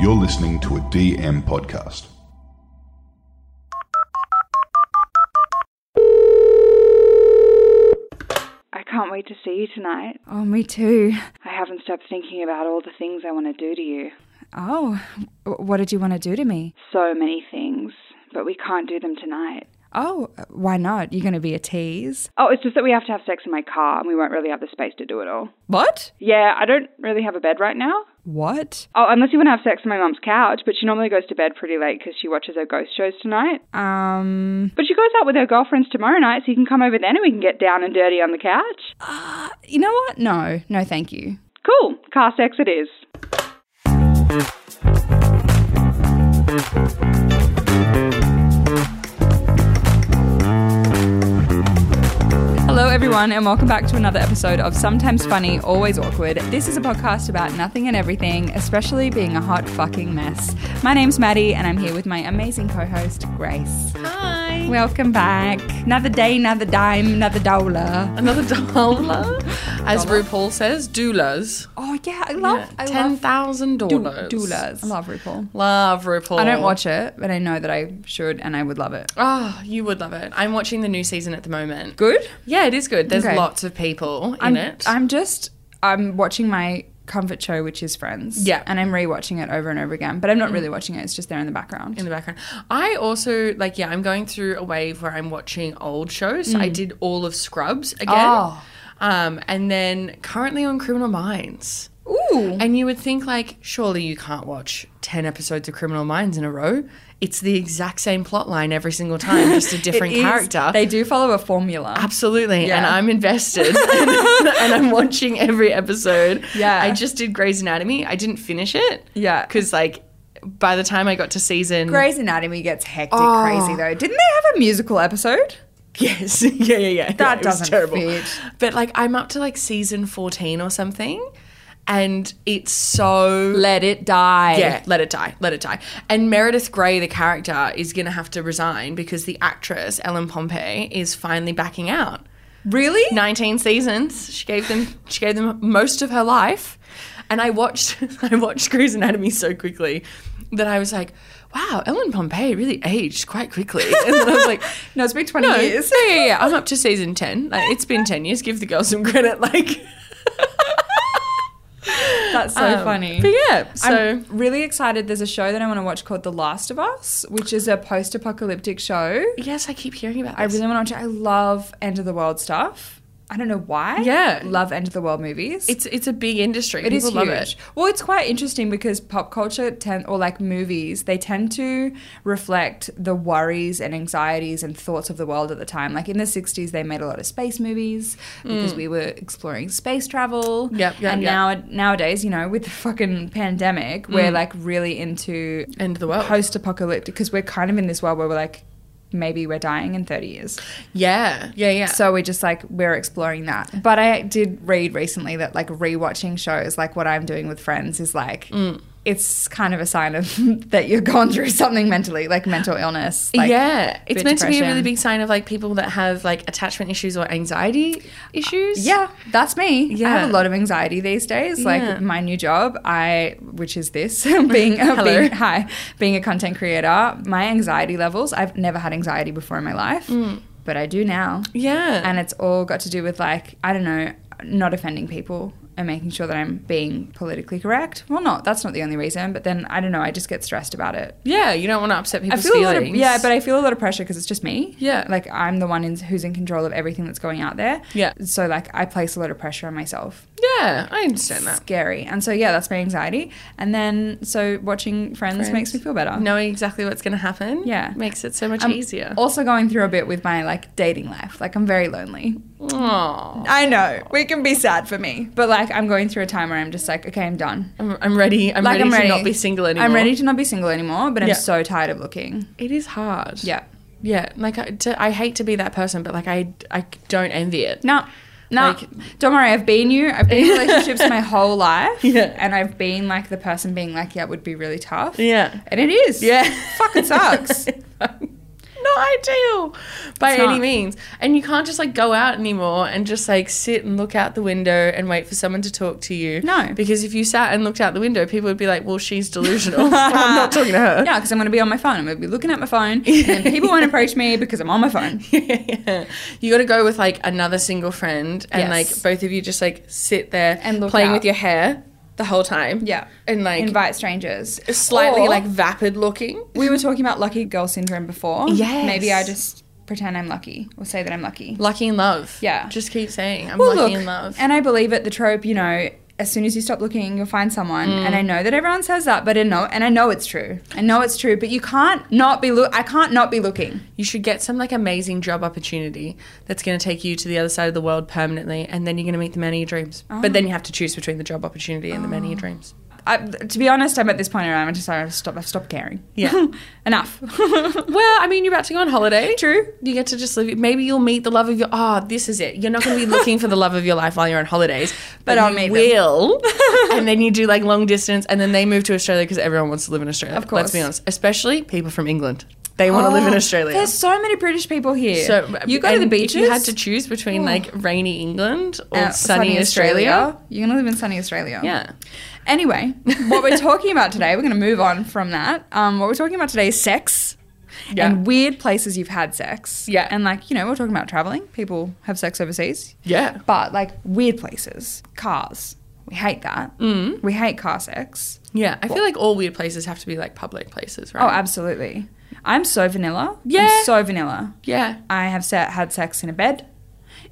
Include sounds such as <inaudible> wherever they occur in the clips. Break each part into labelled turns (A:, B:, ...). A: You're listening to a DM podcast.
B: I can't wait to see you tonight.
C: Oh, me too.
B: I haven't stopped thinking about all the things I want to do to you.
C: Oh, w- what did you want to do to me?
B: So many things, but we can't do them tonight.
C: Oh, why not? You're going to be a tease.
B: Oh, it's just that we have to have sex in my car and we won't really have the space to do it all.
C: What?
B: Yeah, I don't really have a bed right now.
C: What?
B: Oh, unless you want to have sex on my mum's couch, but she normally goes to bed pretty late because she watches her ghost shows tonight.
C: Um,
B: But she goes out with her girlfriends tomorrow night, so you can come over then and we can get down and dirty on the couch.
C: Uh, you know what? No, no, thank you.
B: Cool, car sex it is.
C: Hello, everyone, and welcome back to another episode of Sometimes Funny, Always Awkward. This is a podcast about nothing and everything, especially being a hot fucking mess. My name's Maddie, and I'm here with my amazing co host, Grace.
D: Hi.
C: Welcome back. Another day, another dime, another dollar.
D: Another dollar. As RuPaul says, doulas.
C: Oh, yeah, I love, I
D: Ten
C: love
D: thousand dollars.
C: doulas. I love RuPaul.
D: Love RuPaul.
C: I don't watch it, but I know that I should and I would love it.
D: Oh, you would love it. I'm watching the new season at the moment.
C: Good?
D: Yeah, it is good. There's
C: Okay.
D: lots of people in
C: I'm,
D: it.
C: I'm just I'm watching my comfort show, which is Friends.
D: Yeah. Mm.
C: And I'm rewatching it over and over again. But I'm not really watching it, it's just there in the background.
D: in the background. I also like yeah, I'm going through a wave where I'm watching old shows. I did all of Scrubs again.
C: Mm. Oh.
D: Um, and then currently on Criminal Minds.
C: Ooh.
D: And you would think, like, surely you can't watch 10 episodes of Criminal Minds in a row. It's the exact same plot line every single time, just
C: <laughs>
D: a different
C: It is-
D: character.
C: They do follow a formula.
D: Absolutely. And
C: Yeah.
D: I'm
C: <laughs>
D: invested. <laughs> and I'm watching every episode.
C: Yeah.
D: I just did Grey's Anatomy. I didn't finish it.
C: Yeah.
D: Because, like, by the time I got to season.
C: Grey's Anatomy gets hectic
D: Oh.
C: crazy though. Didn't they have a musical episode?
D: <laughs> Yes. yeah, yeah, yeah.
C: That
D: Yeah, it was
C: doesn't
D: terrible.
C: fit.
D: But, like, I'm up to, like, season 14 or something. And it's so.
C: Let it die.
D: Yeah, let it die, let it die. And Meredith Grey, the character, is going to have to resign because the actress Ellen Pompey is finally backing out.
C: Really?
D: 19 seasons. She gave them she gave them most of her life. And I watched <laughs> I watched Grey's Anatomy so quickly that I was like, wow, Ellen Pompey really aged quite quickly. <laughs> And then I was like,
C: No, it's been 20
D: no,
C: years. <laughs>
D: no, yeah, yeah, I'm up to season 10. Like it's been 10 years. Give the girl some credit <laughs> like
C: That's so
D: Um,
C: funny.
D: But yeah, so
C: I'm really excited. There's a show that I want to watch called The Last of Us, which is a post-apocalyptic show.
D: yes, I keep hearing about
C: I
D: this.
C: really want to watch it. I love end of the world stuff. I don't know why.
D: Yeah.
C: love end of the world movies.
D: It's it's a big industry.
C: it is
D: People love
C: huge.
D: it.
C: Well, it's quite interesting because pop culture tend or like movies, they tend to reflect the worries and anxieties and thoughts of the world at the time. Like in the 60s they made a lot of space movies because we were exploring space travel.
D: Mm. Yep, yep,
C: and
D: yep.
C: now nowadays, you know, with the fucking pandemic, we're like really into
D: Mm. End of the world.
C: post-apocalyptic because we're kind of in this world where we're like maybe we're dying in 30 years.
D: Yeah, yeah, yeah.
C: So we're just like we're exploring that. But I did read recently that like rewatching shows, like what I'm doing with friends, is like
D: Mm.
C: it's kind of a sign of <laughs> that you're gone through something mentally, like mental illness. Like,
D: yeah, it's
C: bit
D: meant to be a
C: depression.
D: really big sign of like people that have like attachment issues or anxiety issues.
C: Yeah, that's me. I have a
D: Yeah.
C: lot of anxiety these days. Like
D: Yeah.
C: my new job, I which is this <laughs> being, uh,
D: Hello.
C: being hi being a content creator. My anxiety levels. I've never had anxiety before in my life,
D: Mm.
C: but I do now.
D: yeah,
C: <laughs> and it's all got to do with like I don't know, not offending people and making sure that I'm being politically correct. Well, not that's not the only reason, but then I don't know, I just get stressed about it.
D: yeah. You don't want to upset
C: I
D: people's
C: feel a lot
D: feelings.
C: of, yeah, but I feel a lot of pressure because it's just me.
D: Yeah.
C: like I'm the one in, who's in control of everything that's going out there.
D: Yeah.
C: so like I place a lot of pressure on myself.
D: yeah, I understand that.
C: Scary, and so yeah, that's my anxiety. And then so watching Friends, makes me feel better.
D: Knowing exactly what's going to happen,
C: Yeah. Um,
D: makes it so much
C: I'm
D: easier.
C: Also going through a bit with my like dating life. Like I'm very lonely.
D: Aww.
C: I know it can be sad for me, but like I'm going through a time where I'm just like, okay, I'm done.
D: I'm, I'm ready. I'm
C: Like
D: ready to not be single anymore.
C: I'm ready to not be single anymore, but I'm
D: Yeah.
C: so tired of looking.
D: It is hard. <laughs>
C: Yeah.
D: yeah. Like I, to, I hate to be that person, but like I, I don't envy it.
C: No. No,
D: Like-
C: don't worry. I've been you. I've been in relationships
D: <laughs>
C: my whole life,
D: Yeah.
C: and I've been like the person being like, "Yeah, it would be really tough."
D: <laughs> Yeah.
C: and it is.
D: Yeah.
C: fucking sucks.
D: not ideal by
C: It's
D: any
C: not.
D: means. And you can't just like go out anymore and just like sit and look out the window and wait for someone to talk to you.
C: No.
D: Because if you sat and looked out the window, people would be like, well, she's
C: <laughs>
D: delusional. <laughs> I'm not talking to her. <laughs>
C: Yeah, because I'm going to be on my phone. I'm going to be looking at my phone, and then people won't approach me because I'm on my phone.
D: yeah. You got to go with like another single friend,
C: Yes.
D: and like both of you just like sit there
C: And look
D: playing
C: out.
D: with your hair the whole time.
C: Yeah.
D: and like
C: Invite strangers.
D: slightly
C: Or-
D: like vapid looking.
C: We were talking about lucky girl syndrome before.
D: Yes.
C: Maybe I just pretend I'm lucky or say that I'm lucky.
D: Lucky in love.
C: Yeah.
D: just keep saying I'm
C: Well,
D: lucky
C: look,
D: in love.
C: and I believe it. The trope, you know, as soon as you stop looking, you'll find someone. And
D: Mm.
C: I know that everyone says that, but I know, and I know it's true. I know it's true, but you can't not be look. I can't not be looking.
D: you should get some like amazing job opportunity that's going to take you to the other side of the world permanently, and then you're going to meet the man of your dreams. But then you have to choose between the job opportunity and the man of your
C: Oh.
D: dreams.
C: I, to be honest, I'm at this point where I'm just I've stopped. I've stopped caring.
D: Yeah.
C: <laughs>
D: <laughs>
C: enough.
D: Well, I mean, you're about to go on holiday.
C: True.
D: You get to just live. Maybe you'll meet the love of your. Oh, this is it. You're not going
C: <laughs>
D: to be looking for the love of your life while you're on holidays, but,
C: I'll
D: you
C: meet them. <laughs>
D: will. and then you do like long distance, and then they move to Australia because everyone wants to live in Australia.
C: Of course.
D: Let's be honest, especially people from England. They want to live in
C: Oh,
D: Australia.
C: There's so many British people here.
D: So
C: you go to
D: and
C: the
D: if
C: beaches. Hmm.
D: You had to choose between like rainy England or
C: uh,
D: sunny, Australia.
C: You're gonna live in sunny Australia.
D: Yeah.
C: Anyway, what we're talking about today, we're gonna move on from that. Um, what we're talking about today is sex.
D: Yeah.
C: And weird places you've had sex.
D: Yeah.
C: And like, you know, we're talking about traveling. People have sex overseas.
D: Yeah.
C: But like weird places. Cars. We hate that. Mm. We hate car sex.
D: Yeah. I feel like all weird places have to be like public places, right?
C: Oh, absolutely. I'm so vanilla.
D: Yeah.
C: I'm so vanilla.
D: yeah.
C: I have set, had sex in a bed,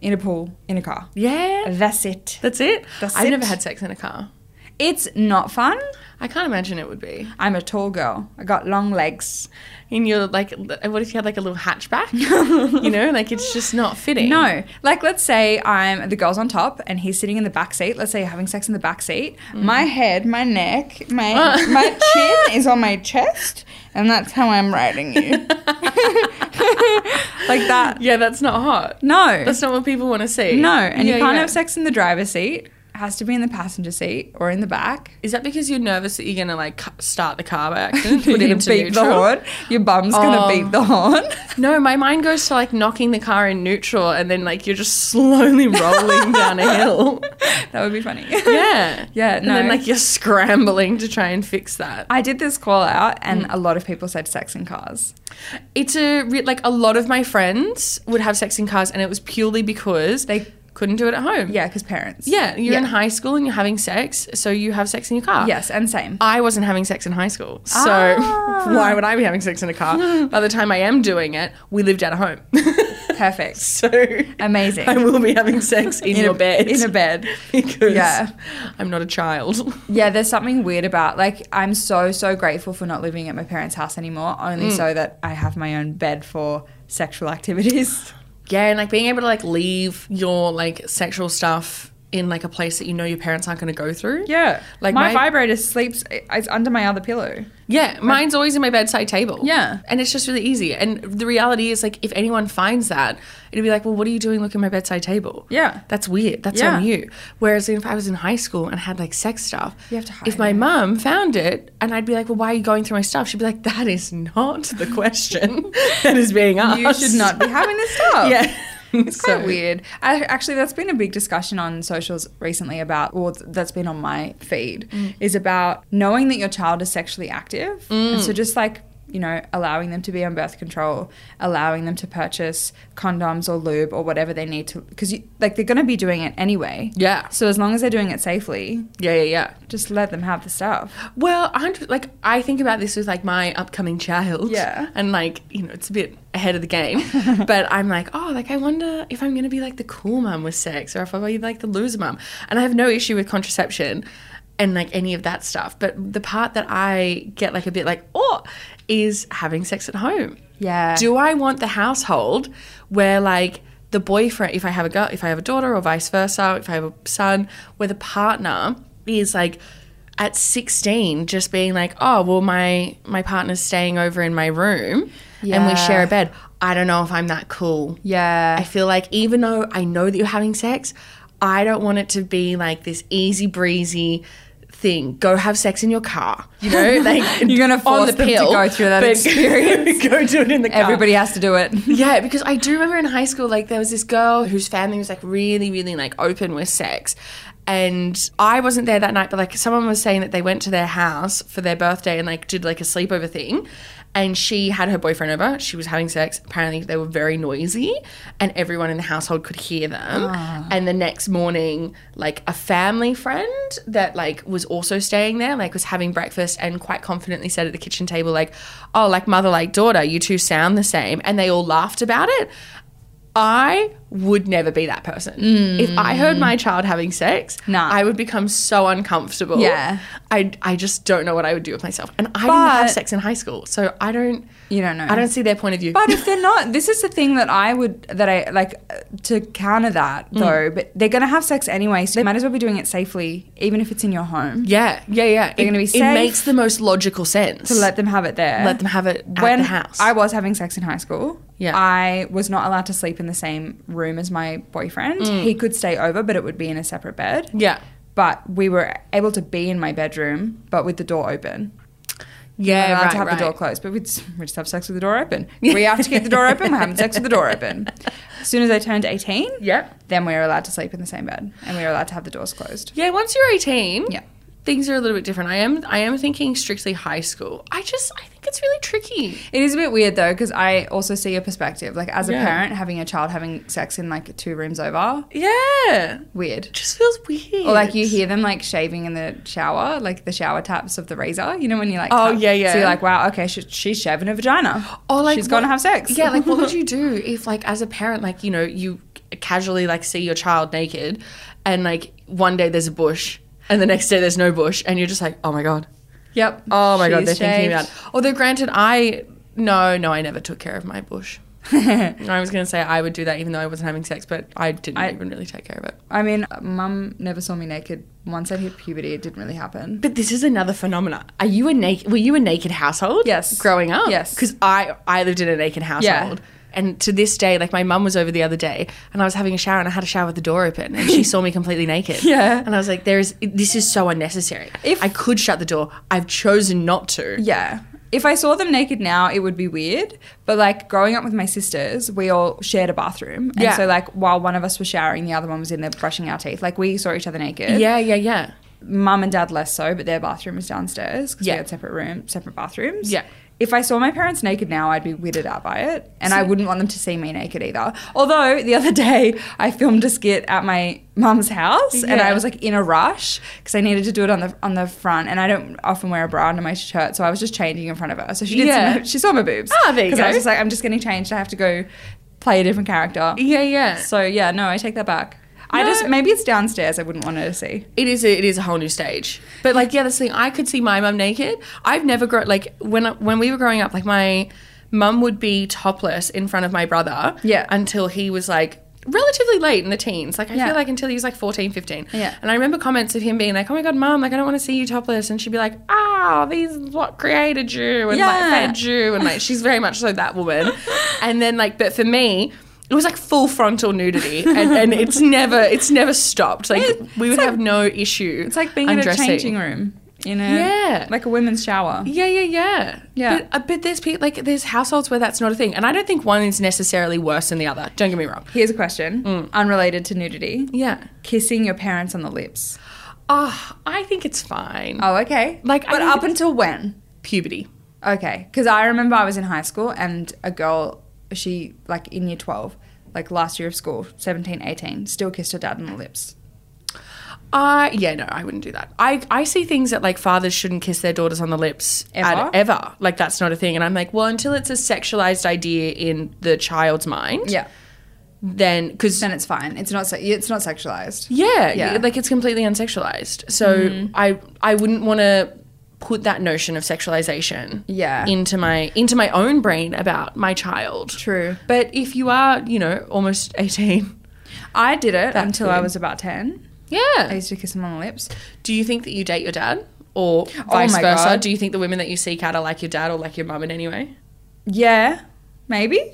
C: in a pool, in a car.
D: Yeah.
C: That's it.
D: That's it.
C: That's
D: I've
C: it.
D: never had sex in a car.
C: It's not fun.
D: I can't imagine it would be.
C: I'm a tall girl. I got long legs.
D: And you're like, l- what if you had like a
C: <laughs>
D: little hatchback? you know, like it's just not fitting.
C: No, like let's say I'm the girl's on top and he's sitting in the back seat. Let's say you're having sex in the back seat.
D: Mm-hmm.
C: My head, my neck,
D: <laughs>
C: my
D: Ah.
C: my chin is on my chest, and that's how I'm riding
D: <laughs>
C: you. like that.
D: Yeah, that's not hot.
C: No,
D: That's not what people want to see.
C: no, and
D: Yeah,
C: you can't
D: yeah.
C: have sex in the driver's seat. It has to be in the passenger seat or in the back.
D: Is that because you're nervous that you're going to like cu- start the
C: <laughs>
D: car by accident? <laughs> Put it
C: You
D: into
C: beep the
D: neutral?
C: horn. Your bum's
D: Oh.
C: gonna beep the horn. <laughs>
D: No, my mind goes to like knocking the car in neutral and then like you're just
C: <laughs>
D: slowly rolling down a hill.
C: that would be funny. <laughs>
D: Yeah.
C: Yeah,
D: And then
C: no.
D: like you're scrambling to try and fix that.
C: I did this call out, and
D: Mm.
C: a lot of people said sex in cars.
D: It's a re- like a lot of my friends would have sex in cars and it was purely because they couldn't do it at home.
C: Yeah, because parents.
D: Yeah, you're in
C: Yeah.
D: high school and you're having sex, so you have sex in your car.
C: Yes, and same.
D: I wasn't having sex in high school. So
C: Ah.
D: <laughs> why would I be having sex in a
C: <laughs>
D: car? By the time I am doing it, we lived at home. <laughs>
C: Perfect.
D: so
C: Amazing.
D: I will be having <laughs> sex in,
C: In a-
D: your bed.
C: in a bed.
D: <laughs> Because
C: Yeah.
D: I'm not a child. <laughs>
C: Yeah, there's something weird about like I'm so so grateful for not living at my parents' house anymore, only so that I have my own bed for sexual <laughs> activities.
D: Yeah, and like being able to like leave your like sexual stuff in like a place that you know your parents aren't going to go through.
C: Yeah, like
D: Like
C: my,
D: my-
C: vibrator sleeps it's under my other pillow.
D: Yeah, mine's always in my bedside table.
C: Yeah.
D: And it's just really easy. And the reality is like if anyone finds that, it'd be like, "Well, what are you doing looking at my bedside table?"
C: Yeah.
D: That's weird. That's
C: Yeah.
D: on you. Whereas if I was in high school and had like sex stuff,
C: You have to hide
D: if my
C: it.
D: mum found it and I'd be like, "Well, why are you going through my stuff?" She'd be like, "That is not the <laughs> question that is being asked.
C: You should not be having
D: <laughs>
C: this stuff.
D: yeah.
C: It's quite weird. I, actually, that's been a big discussion on socials recently about, or th- that's been on my feed,
D: Mm.
C: is about knowing that your child is sexually active. And
D: Mm.
C: so just like, you know, allowing them to be on birth control, allowing them to purchase condoms or lube or whatever they need to, because like they're going to be doing it anyway.
D: Yeah.
C: So as long as they're doing it safely,
D: Yeah, yeah, yeah.
C: just let them have the stuff.
D: Well, a hundred like I think about this with like my upcoming child.
C: Yeah.
D: And like, you know, it's a bit ahead of the game. <laughs> but I'm like, oh, like I wonder if I'm gonna be like the cool mum with sex or if I'll be like the loser mum. And I have no issue with contraception and like any of that stuff. But the part that I get like a bit like, oh, is having sex at home.
C: Yeah.
D: Do I want the household where like the boyfriend, if I have a girl, if I have a daughter, or vice versa, if I have a son, where the partner is like at 16 just being like, oh, well, my my partner's staying over in my room and
C: Yeah.
D: we share a bed. I don't know if I'm that cool. I
C: Yeah.
D: feel like even though I know that you're having sex, I don't want it to be like this easy breezy thing. Go have sex in your car. You
C: <laughs>
D: know, like
C: You're gonna force them to go through that
D: but <laughs>
C: experience.
D: go do it in the car.
C: Everybody has to do it.
D: <laughs> Yeah, because I do remember in high school, like there was this girl whose family was like really, really like open with sex. And I wasn't there that night, but like someone was saying that they went to their house for their birthday and like did like a sleepover thing. And she had her boyfriend over. She was having sex. Apparently, they were very noisy, and everyone in the household could hear them.
C: Ah.
D: And the next morning, like a family friend that like was also staying there, like was having breakfast and quite confidently said at the kitchen table, like, "Oh, like mother, like daughter, you two sound the same," and they all laughed about it. I would never be that person. If I heard my child having sex,
C: Mm. Nah.
D: I would become so uncomfortable.
C: Yeah.
D: I, I just don't know what I would do with myself. And I didn't have
C: But-
D: sex in high school, so I don't.
C: You don't know.
D: I don't see their point of
C: <laughs>
D: view.
C: But if they're not, this is the thing that I would that I like uh, to counter that
D: Mm.
C: though. But they're gonna have sex anyway, so they might as well be doing it safely, even if it's in your home.
D: yeah, yeah, yeah. They're it,
C: gonna be
D: It
C: safe.
D: makes the most logical sense.
C: To let them have it there.
D: Let them have it at
C: when
D: the house.
C: I was having sex in high school.
D: Yeah.
C: I was not allowed to sleep in the same room as my boyfriend.
D: Mm.
C: He could stay over, but it would be in a separate bed.
D: yeah,
C: But we were able to be in my bedroom, but with the door open.
D: yeah.
C: We're allowed
D: right,
C: to have
D: right.
C: the door closed, but we just, we just have sex with the door <laughs> open. We have to keep the door open. We're having sex with the door open. <laughs> As soon as I turned 18,
D: Yep.
C: then we were allowed to sleep in the same bed and we were allowed to have the doors closed.
D: Yeah, once you're 18,
C: Yeah.
D: things are a little bit different. I am I am thinking strictly high school. I just I think it's really tricky.
C: It is a bit weird though, because I also see your perspective. Like, as a
D: Yeah.
C: parent, having a child having sex in like two rooms over,
D: Yeah.
C: weird.
D: Just feels weird.
C: Or like you hear them like shaving in the shower, like the shower taps of the razor. You know when you like
D: Oh,
C: tap-
D: yeah, yeah.
C: So you're like, wow, okay, she, she's shaving her vagina.
D: Or like
C: she's gonna
D: what-
C: have sex.
D: Yeah,
C: <laughs>
D: like what would you do if like as a parent, like, you know, you casually like see your child naked and like one day there's a bush and the next day there's no bush and you're just like, Oh my god.
C: yep.
D: Oh my god, they're
C: She's
D: thinking
C: shaved.
D: about it. Although granted I no, no, I never took care of my bush.
C: <laughs>
D: I was gonna say I would do that even though I wasn't having sex, but I didn't
C: I-
D: even really take care of it.
C: I mean, mum never saw me naked. Once I hit puberty, it didn't really happen.
D: But this is another phenomenon. Are you a naked? Were you a naked household?
C: Yes.
D: Growing up.
C: Yes.
D: Because I I lived in a naked household. And to this day, like my mum was over the other day, and I was having a shower, and I had a shower with the door open, <laughs> and she saw me completely naked.
C: Yeah.
D: And I was like, "There is this is so unnecessary.
C: If-
D: I could shut the door, I've chosen not to.
C: Yeah. If I saw them naked now, it would be weird. But like growing up with my sisters, we all shared a bathroom. And
D: Yeah.
C: so like while one of us was showering, the other one was in there brushing our teeth. Like we saw each other naked.
D: Yeah, yeah, yeah.
C: Mum and dad less so, but their bathroom was downstairs because
D: Yeah.
C: we had separate room, separate bathrooms.
D: Yeah.
C: If I saw my parents naked now, I'd be weirded out by it. And I wouldn't want them to see me naked either. Although the other day I filmed a skit at my mum's house and I
D: Yeah.
C: was like in a rush because I needed to do it on the on the front and I don't often wear a bra under my shirt. So I was just changing in front of her. So she did
D: Yeah.
C: see my, she saw my boobs.
D: Ah, there
C: I
D: you
C: was
D: go.
C: just like, I'm just getting changed. I have to go play a different character.
D: Yeah, yeah.
C: So yeah, no, I take that back. I
D: No.
C: just maybe it's downstairs I wouldn't want her to see.
D: it is a, it is a whole new stage. But like yeah, this thing I could see my mum naked. I've never grown like when I- when we were growing up, like my mum would be topless in front of my brother.
C: Yeah.
D: Until he was like relatively late in the teens. Like I
C: Yeah.
D: feel like until he was like 14, 15.
C: Yeah.
D: And I remember comments of him being like, "Oh my god, mum, like I don't want to see you topless," and she'd be like, "Ah, these is what created you," and like
C: Yeah.
D: fed you, and like she's very much so that woman. and then like, but for me. It was like full frontal nudity, and,
C: <laughs>
D: and it's never it's never stopped. Like we would have no issue.
C: It's like being in a changing room, you know?
D: Yeah.
C: Like a women's shower.
D: Yeah, yeah, yeah,
C: Yeah.
D: But, uh, but there's people like there's households where that's not a thing, and I don't think one is necessarily worse than the other. Don't get me wrong.
C: Here's a question
D: Mm.
C: unrelated to nudity
D: Yeah.
C: kissing your parents on the lips.
D: Oh, I think it's fine.
C: Oh, okay.
D: Like, I
C: but
D: think
C: up
D: it's-
C: until when?
D: Puberty.
C: Okay. Because I remember I was in high school and a girl, she, like in year 12, like last year of school, 17, 18, still kissed her dad on the lips.
D: Uh, yeah, no, I wouldn't do that. I, I see things that like fathers shouldn't kiss their daughters on the lips
C: Ever?
D: At, ever. Like that's not a thing. And I'm like, well, until it's a sexualized idea in the child's mind,
C: Yeah.
D: then because
C: Then it's fine. It's not, se- it's not sexualized.
D: yeah,
C: Yeah. Mm-hmm.
D: y- like it's completely unsexualized. So I I wouldn't want to put that notion of sexualization
C: Yeah.
D: into my into my own brain about my child.
C: True.
D: But if you are, you know, almost 18,
C: I did it
D: That's
C: until I
D: weird.
C: was about 10. I
D: yeah.
C: used to kiss him on the lips.
D: Do you think that you date your dad? Or vice
C: Oh my
D: versa?
C: God.
D: Do you think the women that you seek out are like your dad or like your mum in any way?
C: Yeah. Maybe.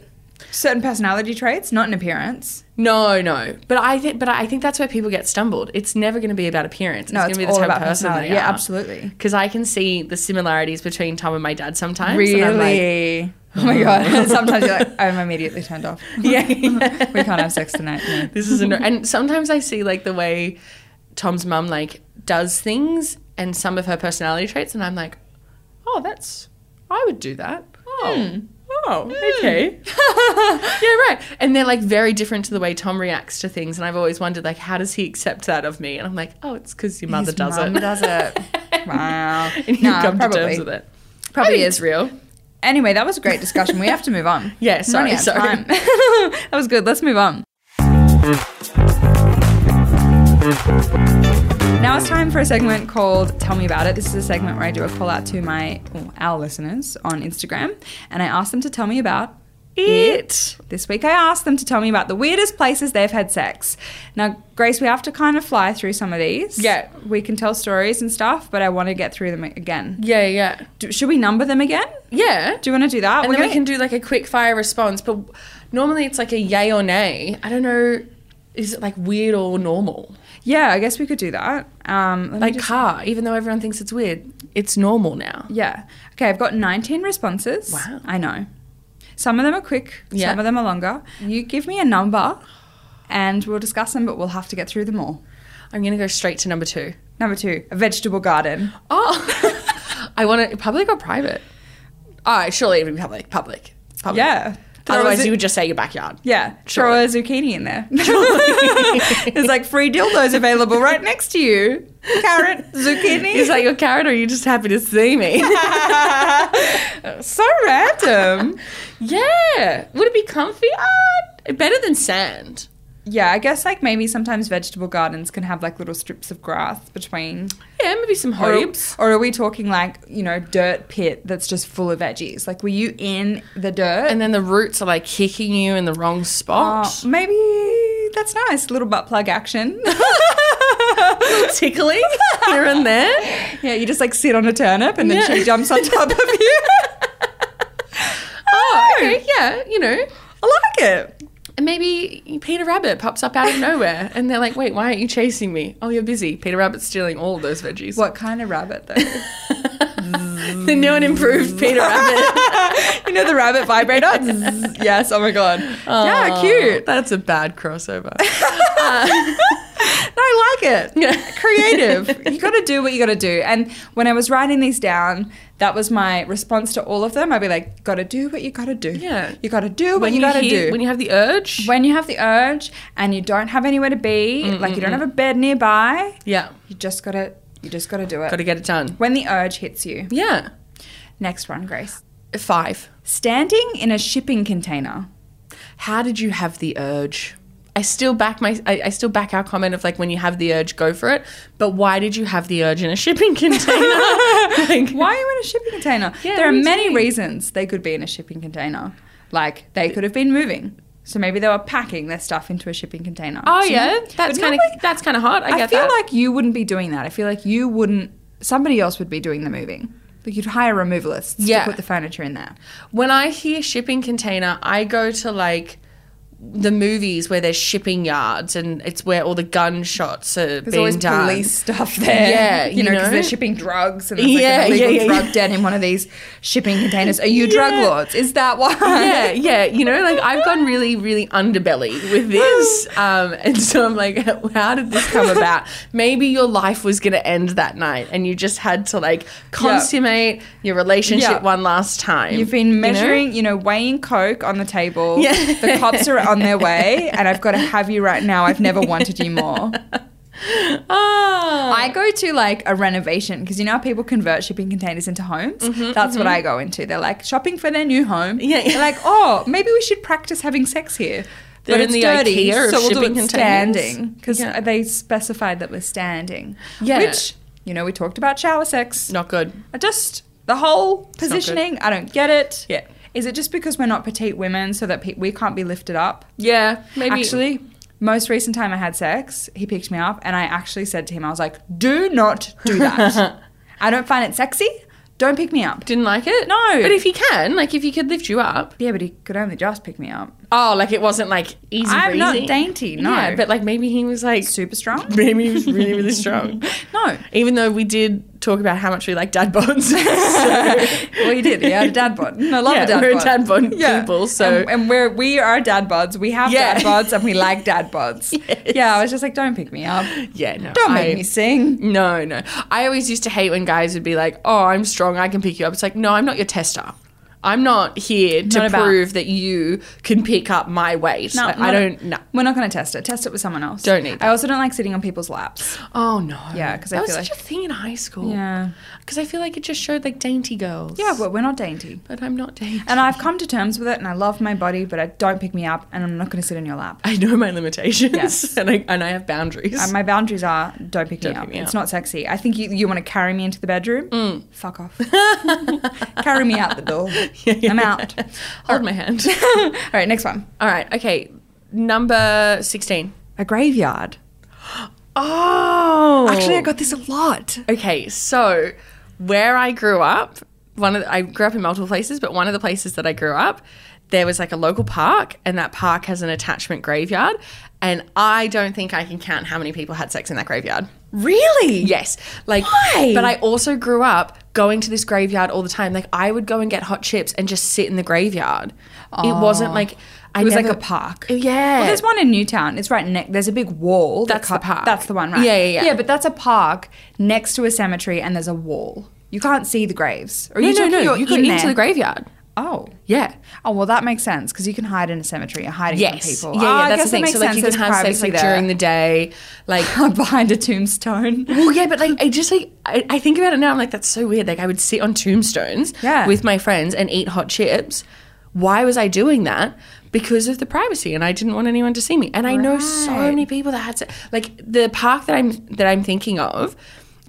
C: Certain personality traits, not an appearance.
D: No, no. But I think, but I think that's where people get stumbled. It's never going to be about appearance.
C: No,
D: going
C: it's
D: to be
C: all about personality. Yeah, absolutely.
D: Because I can see the similarities between Tom and my dad sometimes. And I'm like, mm.
C: Really? oh my
D: <laughs>
C: god. Sometimes you're like, I'm immediately turned off.
D: yeah,
C: <laughs>
D: yeah.
C: we can't have sex tonight. no.
D: this is anno- and sometimes I see like the way Tom's mum like does things and some of her personality traits, and I'm like, oh, that's I would do that. Oh.
C: Hmm.
D: Oh, okay. <laughs> yeah, right. And they're like very different to the way Tom reacts to things. And I've always wondered, like, how does he accept that of me? And I'm like, oh, it's because your mother
C: His
D: does
C: mum
D: it.
C: does
D: <laughs>
C: it. Wow.
D: and you
C: Nah,
D: come to
C: probably.
D: terms with it.
C: Probably
D: I think
C: is.
D: it's real.
C: Anyway, that was a great discussion. We have to move on.
D: <laughs> Yeah,
C: We're
D: sorry,
C: running out of
D: sorry.
C: time. <laughs> that was good. Let's move on. Now it's time for a segment called Tell Me About It. This is a segment where I do a call out to my well, our listeners on Instagram and I ask them to tell me about it. This week I asked them to tell me about the weirdest places they've had sex. Now, Grace, we have to kind of fly through some of these.
D: Yeah.
C: We can tell stories and stuff, but I want to get through them again.
D: Yeah, yeah.
C: Do, should we number them again?
D: Yeah.
C: Do you want to do that?
D: and
C: We're
D: then
C: gonna-
D: we can do like a quick fire response. But normally it's like a yay or nay. I don't know. Is it like weird or normal?
C: Yeah, I guess we could do that. Um, let me
D: Like
C: just-
D: car, even though everyone thinks it's weird, it's normal now.
C: yeah. Okay, I've got 19 responses.
D: Wow.
C: I know. Some of them are quick,
D: Yeah.
C: some of them are longer. You give me a number and we'll discuss them, but we'll have to get through them all.
D: I'm gonna go straight to number two.
C: Number two, a vegetable garden.
D: Oh, <laughs> I want to public or private? Oh, surely it'd be public. Public. Public.
C: Yeah. Throw
D: Otherwise,
C: a zu-
D: you would just say your backyard.
C: Yeah, throw
D: Surely.
C: a zucchini in
D: <laughs>
C: there. There's like free dildos available right next to you. Carrot,
D: <laughs>
C: zucchini.
D: Is that your carrot, or are you just happy to see <laughs> me?
C: <laughs> so random.
D: <laughs> yeah. Would it be comfy? Uh, better than sand.
C: Yeah, I guess like maybe sometimes vegetable gardens can have like little strips of grass between.
D: Yeah, maybe some
C: Or,
D: herbs.
C: or are we talking like, you know, dirt pit that's just full of veggies? Like, were you in the dirt?
D: and then the roots are like kicking you in the wrong
C: Oh,
D: <laughs> spot.
C: maybe that's nice. Little butt plug action. <laughs>
D: tickling here and there.
C: yeah, you just like sit on a turnip and then
D: Yeah.
C: she jumps <laughs> on top of you.
D: <laughs> Oh, okay, yeah, you know.
C: I like it.
D: And maybe Peter Rabbit pops up out of nowhere and they're like, wait, why aren't you chasing me? Oh, you're busy. Peter Rabbit's stealing all of those veggies. <laughs>
C: What kind of rabbit, though?
D: the new and improved Peter <laughs> Rabbit.
C: <laughs> you know, the rabbit vibrator? <laughs> Zzz. yes, oh my God. yeah,
D: Oh,
C: cute.
D: That's a bad crossover.
C: Uh, <laughs> No, I like it.
D: <laughs>
C: creative. you got to do what you got to do. And when I was writing these down, that was my response to all of them. I'd be like, got to do what you got to do.
D: Yeah.
C: You got to do what
D: <laughs> when
C: you,
D: you,
C: got to
D: hear-
C: do.
D: when you have the urge.
C: when you have the urge and you don't have anywhere to be, like you don't have a bed nearby,
D: yeah.
C: you just got to you just got to do it.
D: Got to get it done.
C: when the urge hits you.
D: Yeah.
C: Next one, Grace.
D: Five.
C: Standing in a shipping container.
D: How did you have the urge? I still back my I, I still back our comment of like when you have the urge, go for it. But why did you have the urge in a shipping <laughs> container? Like-
C: Why are you in a shipping container?
D: <laughs> Yeah,
C: there are
D: what do you
C: many
D: mean?
C: reasons they could be in a shipping container. Like they could have been moving. So maybe they were packing their stuff into a shipping container.
D: Oh
C: So
D: yeah,
C: maybe-
D: that's
C: but
D: kind of
C: not like-
D: that's kind of hard. I,
C: I,
D: get
C: feel
D: that.
C: like you wouldn't be doing that. I feel like you wouldn't somebody else would be doing the moving. Like you'd hire removalists
D: Yeah.
C: to put the furniture in there.
D: when I hear shipping container, I go to like the movies where there's shipping yards and it's where all the gun shots are
C: There's
D: being
C: always
D: done.
C: police stuff there.
D: Yeah,
C: you know,
D: you
C: because
D: know?
C: they're shipping drugs and there's like
D: Yeah,
C: an illegal
D: yeah, yeah,
C: drug
D: yeah.
C: den in one of these shipping containers. Are you drug
D: <laughs> Yeah.
C: lords? Is that why?
D: Yeah, yeah, you know, like I've gone really, really underbelly with this, um, and so I'm like, how did this come about? Maybe your life was going to end that night, and you just had to like consummate your relationship
C: Yeah.
D: one last time.
C: You've been
D: know?
C: measuring, you know, weighing coke on the table.
D: Yeah.
C: The cops are on their way, and I've got to have you right now. I've never wanted you more.
D: <laughs> Ah.
C: I go to like a renovation because you know how people convert shipping containers into homes. That's what I go into. They're like shopping for their new home.
D: Mm-hmm, Yeah, yeah.
C: They're like, oh, maybe we should practice having sex here.
D: They're in the IKEA of shipping containers.
C: standing because
D: Yeah.
C: they specified that we're standing.
D: Yeah.
C: Which you know we talked about shower sex.
D: not good.
C: I just the whole
D: not good.
C: positioning. I don't get it.
D: Yeah.
C: Is it just because we're not petite women so that pe- we can't be lifted up?
D: Yeah, maybe
C: Actually, most recent time I had sex, he picked me
D: <laughs>
C: up and I actually said to him, I was like, do not do that. I don't find it sexy. Don't pick me up.
D: Didn't like it?
C: No.
D: But if he can, like if he could lift you up.
C: Yeah, but he could only just pick me up.
D: Oh, like it wasn't like easy.
C: I'm not
D: breezy.
C: dainty. No,
D: Yeah, but like maybe he was like <laughs>
C: super strong.
D: maybe he was really, really
C: <laughs>
D: strong.
C: No.
D: Even though we did talk about how much we like dad bods. <laughs> so-
C: well, you did. Yeah, a dad bod. And I love
D: Yeah,
C: a dad
D: we're
C: bod.
D: dad bod people, so-
C: and, and we're we are dad bods. We have
D: Yeah.
C: dad bods, and we like dad bods.
D: <laughs> Yes.
C: Yeah, I was just like, don't pick me up.
D: Yeah, no.
C: Don't make
D: I-
C: me sing.
D: No, no. I always used to hate when guys would be like, "Oh, I'm strong. I can pick you up." It's like, "No, I'm not your tester. I'm not here to
C: Not about-
D: prove that you can pick up my weight. Like,
C: not-
D: I don't. No.
C: We're not going to test it. Test it with someone else.
D: Don't need
C: I also don't like sitting on people's laps.
D: Oh no.
C: Yeah, 'cause
D: that
C: I
D: was
C: feel
D: such
C: like-
D: a thing in high school.
C: Yeah.
D: Because I feel like it just showed like dainty girls.
C: Yeah, but we're not dainty.
D: but I'm not dainty.
C: And I've come to terms with it, and I love my body, but I don't pick me up, and I'm not going to sit in your lap.
D: <laughs> I know my limitations.
C: Yes.
D: <laughs> and I and I have boundaries. <laughs>
C: And my boundaries are don't pick
D: Don't
C: me
D: pick
C: up.
D: me
C: it's
D: up. Mm.
C: not sexy. I think you, you want to carry me into the bedroom. Fuck off. <laughs> carry me out the
D: <laughs>
C: door. I'm out. <laughs>
D: Hold my hand.
C: All right, next one.
D: All right. Okay. Number sixteen.
C: A graveyard.
D: Oh.
C: Actually, I got this a lot.
D: Okay, so where I grew up, one of the, I grew up in multiple places, but one of the places that I grew up, there was like a local park, and that park has an attachment graveyard, and I don't think I can count how many people had sex in that graveyard.
C: Really?
D: Yes, like,
C: Why?
D: but I also grew up going to this graveyard all the time. Like, I would go and get hot chips and just sit in the graveyard. It wasn't like I
C: It was like
D: never-
C: a park.
D: Yeah,
C: Well, there's one in Newtown. It's right next. There's a big wall. that
D: That's the park.
C: That's the one, right?
D: Yeah, yeah, yeah.
C: Yeah, but that's a park next to a cemetery, and there's a wall. You can't see the graves. Or
D: No,
C: you
D: no,
C: talking-
D: no.
C: you're
D: You got
C: in
D: into
C: there?
D: the graveyard.
C: Oh.
D: Yeah.
C: Oh well, that makes sense because you can hide in a cemetery. You're hiding
D: Yes.
C: from people.
D: Yeah, yeah,
C: Ah, I
D: that's
C: guess
D: the
C: that
D: thing.
C: makes
D: So like
C: sense.
D: you can
C: There's
D: have sex
C: privacy
D: like
C: there.
D: during the day, like. <laughs>
C: behind a tombstone.
D: <gasps> Well, yeah, but like I just like I, I think about it now. I'm like, that's so weird. Like I would sit on tombstones
C: Yeah.
D: with my friends and eat hot chips. Why was I doing that? Because of the privacy, and I didn't want anyone to see me. And I know so
C: Right.
D: many people that had se- like the park that I'm that I'm thinking of.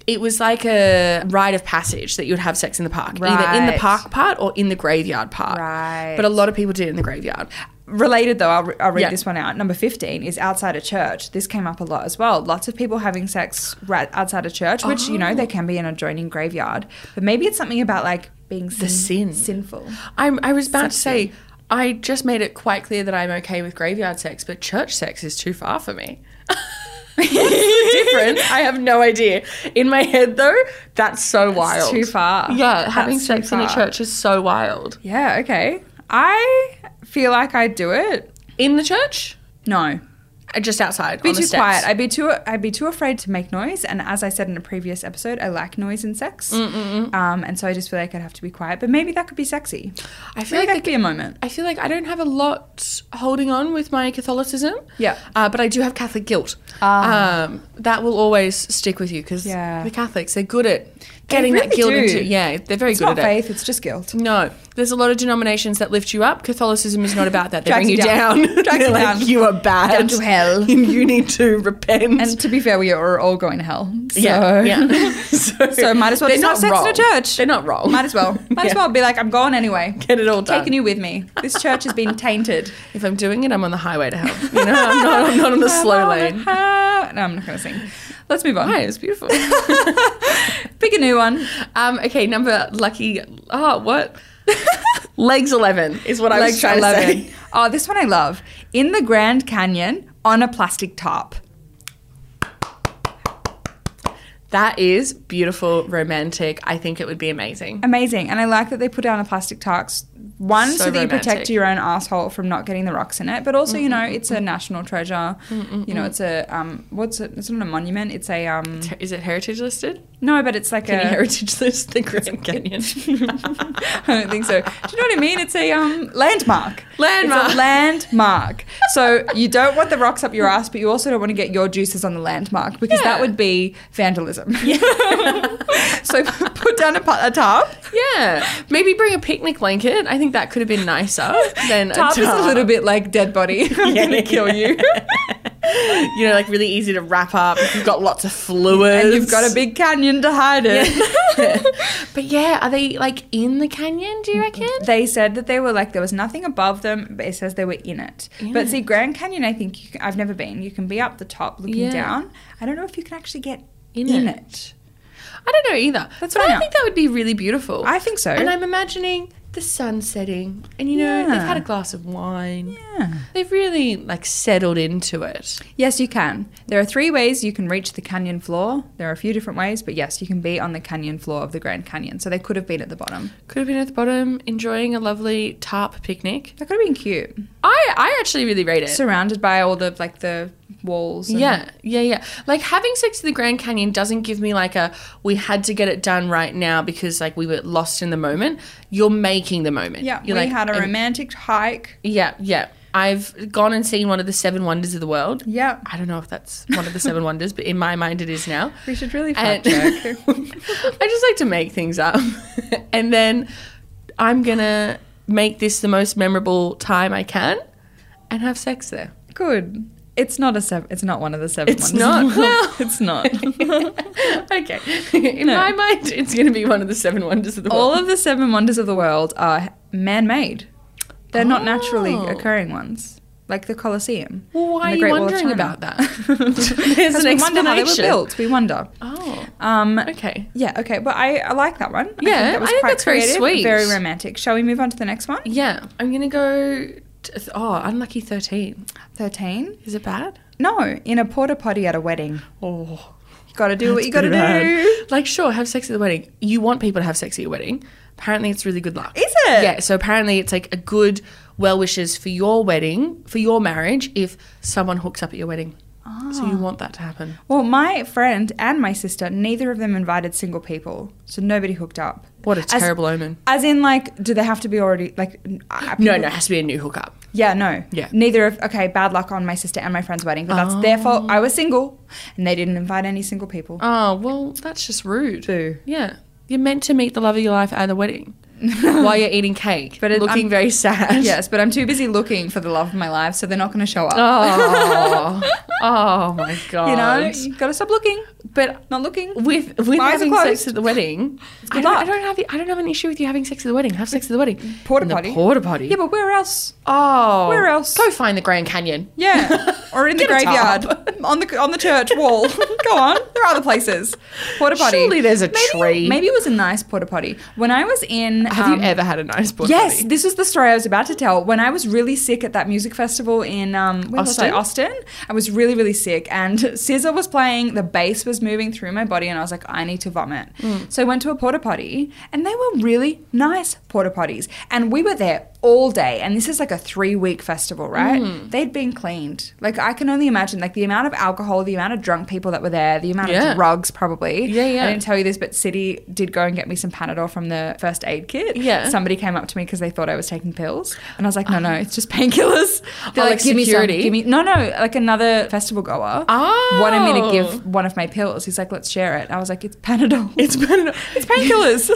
D: It was like a rite of passage that you would have sex in the park, either in the
C: Right.
D: park part or in the graveyard part.
C: Right.
D: But a lot of people did it in the graveyard.
C: Related though, I'll, re- I'll read
D: Yeah.
C: this one out. Number 15 is outside a church. This came up a lot as well. Lots of people having sex right outside a church, which, you
D: Oh.
C: know, they can be an adjoining graveyard. But maybe it's something about like being sin-
D: sin.
C: sinful.
D: I'm, I was about to say, I just made it quite clear that I'm okay with graveyard sex, but church sex is too far for me. <laughs> What's the difference? I have no idea. In my head, though, that's so wild.
C: too far.
D: Yeah,
C: That's
D: having
C: too
D: sex in a
C: far.
D: church is so wild.
C: Yeah, okay. I feel like I'd do it.
D: In the church?
C: No.
D: Uh, Just outside.
C: Be
D: on the
C: too
D: steps.
C: quiet. I'd be too I'd be too afraid to make noise. And as I said in a previous episode, I like noise in sex.
D: Mm,
C: Um, and so I just feel like I'd have to be quiet. But maybe that could be sexy.
D: I
C: I feel like that could
D: the-
C: be a moment.
D: I feel like I don't have a lot holding on with my Catholicism.
C: Yeah. Ah.
D: Uh, but I do have Catholic guilt. Um, that will always stick with you because
C: Yeah.
D: the Catholics, they're good at getting that
C: really
D: guilt
C: do.
D: into. Yeah, they're very
C: It's
D: good
C: not
D: at it.
C: faith, it's just guilt.
D: No, there's a lot of denominations that lift you up. Catholicism is not about that. They
C: Drags
D: bring
C: you
D: you down.
C: down. <laughs> Drags
D: They're
C: you
D: like,
C: down.
D: You are bad.
C: Down to hell.
D: <laughs> you need to repent.
C: And to be fair, we are all going to hell. So.
D: yeah, yeah. so,
C: So might as well
D: they're
C: just have sex in a church.
D: They're not wrong.
C: <laughs> Might as well. Might as
D: Yeah.
C: well be like, I'm going anyway.
D: Get it all done.
C: Taking you with me. This church has
D: <laughs>
C: been tainted.
D: If I'm doing it, I'm on the highway to hell. You know, I'm not, I'm not
C: <laughs>
D: on the slow lane.
C: No, I'm not going to sing. Let's move on.
D: Hi, it's beautiful.
C: <laughs> Pick a new one.
D: um, okay, number lucky. Oh, what? <laughs> Legs eleven is <laughs> what I was
C: Legs
D: trying to
C: 11.
D: say.
C: Oh, this one I love. In the Grand Canyon on a plastic tarp.
D: <laughs> That is beautiful, romantic. I think it would be amazing.
C: Amazing. And I like that they put down a plastic tarp. One,
D: So
C: so, that you
D: romantic.
C: protect your own asshole from not getting the rocks in it, but also, you know, it's a national treasure. You know, it's a, um, what's it? It's not a monument. It's a, um,
D: Is it heritage listed?
C: no, but it's like
D: Any
C: a,
D: heritage list, the Grand Canyon.
C: <laughs>
D: <laughs>
C: I don't think so. Do you know what I mean? It's a um, landmark.
D: <laughs> Landmark.
C: It's a landmark. So you don't want the rocks up your ass, but you also don't want to get your juices on the landmark because
D: Yeah.
C: that would be
D: <laughs>
C: vandalism. <laughs> so put down a, pa- a tarp.
D: yeah, maybe bring a picnic blanket. I think that could have been nicer than a
C: Tarp is a little bit like dead body. <laughs> I'm
D: Yeah,
C: gonna kill you.
D: you know, like really easy to wrap up. if You've got lots of fluids,
C: and you've got a big canyon to hide it. <laughs>
D: but yeah, are they like in the canyon? Do you reckon?
C: They said that they were like there was nothing above them, but it says they were in it. But see, Grand Canyon, I think you can, I've never been. You can be up the top looking
D: Yeah.
C: down. I don't know if you can actually get
D: In
C: in,
D: it.
C: it.
D: I don't know either.
C: That's
D: but
C: fine.
D: I think that would be really beautiful.
C: I think so.
D: And I'm imagining the sun setting, and you know they've
C: Yeah.
D: had a glass of wine.
C: yeah.
D: They've really like settled into it.
C: Yes, you can. There are three ways you can reach the canyon floor. There are a few different ways, but yes, you can be on the canyon floor of the Grand Canyon. So they could have been at the bottom.
D: Could have been at the bottom enjoying a lovely tarp picnic.
C: That could have been cute.
D: I I actually really rate it.
C: Surrounded by all the like the walls. and-
D: yeah, yeah, yeah. Like having sex in the Grand Canyon doesn't give me like a we had to get it done right now because like we were lost in the moment. You're making the moment.
C: Yeah,
D: You're
C: we
D: like,
C: had a
D: I'm-
C: romantic hike.
D: Yeah, yeah. I've gone and seen one of the seven wonders of the world.
C: Yeah,
D: I don't know if that's one of the seven <laughs> wonders, but in my mind it is now.
C: we should really
D: And
C: fact check.
D: <laughs>
C: <laughs>
D: I just like to make things up. <laughs> and then I'm going to make this the most memorable time I can and have sex there.
C: Good. It's not a seven. It's not one of the seven.
D: It's
C: ones. <laughs>
D: not. Well-
C: it's not.
D: <laughs> okay.
C: <laughs>
D: In
C: No.
D: my mind, it's going to be one of the seven wonders of the world.
C: All of the seven wonders of the world are man-made. They're not naturally
D: Oh.
C: occurring ones, like the Colosseum.
D: Well,
C: and
D: why are
C: the
D: you
C: Great Wall of
D: wondering
C: China.
D: about <laughs> that? <laughs> There's
C: 'Cause
D: an
C: we wonder how they were
D: explanation.
C: built. We wonder.
D: Oh,
C: Um,
D: okay.
C: Yeah, okay, but I, I like that one.
D: Yeah, I think that's very sweet.
C: very romantic. Shall we move on to the next one?
D: Yeah, I'm going to go. t- Oh, unlucky 13.
C: Thirteen.
D: Is it bad?
C: No, in a porta potty at a wedding.
D: Oh,
C: You gotta do what you gotta do.
D: do. Like, sure, have sex at the wedding. You want people to have sex at your wedding. Apparently, it's really good luck.
C: Is it?
D: Yeah. So apparently, it's like a good well wishes for your wedding, for your marriage, if someone hooks up at your wedding. So
C: Ah.
D: you want that to happen.
C: Well, my friend and my sister, neither of them invited single people, so nobody hooked up.
D: What a
C: As-
D: terrible omen.
C: As in, like, do they have to be already like? n- uh,
D: No,
C: people-
D: no, it has to be a new hookup.
C: Yeah, no.
D: Yeah.
C: Neither of okay, bad luck on my sister and my friend's wedding, but that's their fault. I was single, and they didn't invite any single people.
D: Oh, well, that's just rude. <laughs>
C: Boo.
D: Yeah. You're meant to meet the love of your life at
C: <laughs>
D: a wedding while you're eating cake,
C: But
D: but
C: it-
D: looking
C: I'm-
D: very
C: <laughs>
D: sad.
C: Yes, but I'm too busy looking for the love of my life, so they're not going to show up.
D: Oh, oh my god.
C: you know, you gotta stop looking. But not looking.
D: with with
C: My eyes
D: having
C: are
D: sex
C: closed.
D: at
C: <laughs>
D: the wedding, I
C: good
D: don't, I
C: luck.
D: don't have the, I don't have an issue with you having sex at the wedding. Have sex at the wedding.
C: Mm. Porta
D: In the
C: potty.
D: Porta potty.
C: Yeah, but where else?
D: oh,
C: where else?
D: Go find the Grand Canyon. <laughs>
C: Yeah, or in the
D: Get a
C: graveyard,
D: tarp.
C: on the on the church
D: <laughs>
C: wall. <laughs> Go on, there are other places. Porta potty.
D: Surely there's a
C: maybe,
D: tree.
C: Maybe it was a nice porta potty. When I was in,
D: Have
C: um,
D: you ever had a nice porta
C: Yes,
D: potty?
C: this is the story I was about to tell. When I was really sick at that music festival in um, where was I?
D: Austin?
C: Austin, I was really, really sick, and <laughs> Scissor was playing. The bass was moving through my body, and I was like, I need to vomit.
D: Hmm.
C: So I went to a porta potty, and they were really nice porta potties, and we were there all day. And this is like a three-week festival, right?
D: Hmm.
C: They'd been cleaned. Like I can only imagine, like the amount of alcohol, the amount of drunk people that were there, the amount
D: Yeah.
C: of drugs, probably.
D: Yeah, yeah.
C: I didn't tell you this, but City did go and get me some Panadol from the first aid kit
D: Yeah.
C: somebody came up to me because they thought I was taking pills, and I was like, no, no, it's just painkillers. They're
D: Oh,
C: like,
D: like
C: give me
D: security?
C: some, give me no, no, like another festival goer
D: Oh.
C: wanted me to give one of my pills. He's like, let's share it. I was like, it's Panadol.
D: <laughs> It's been
C: <laughs>
D: it's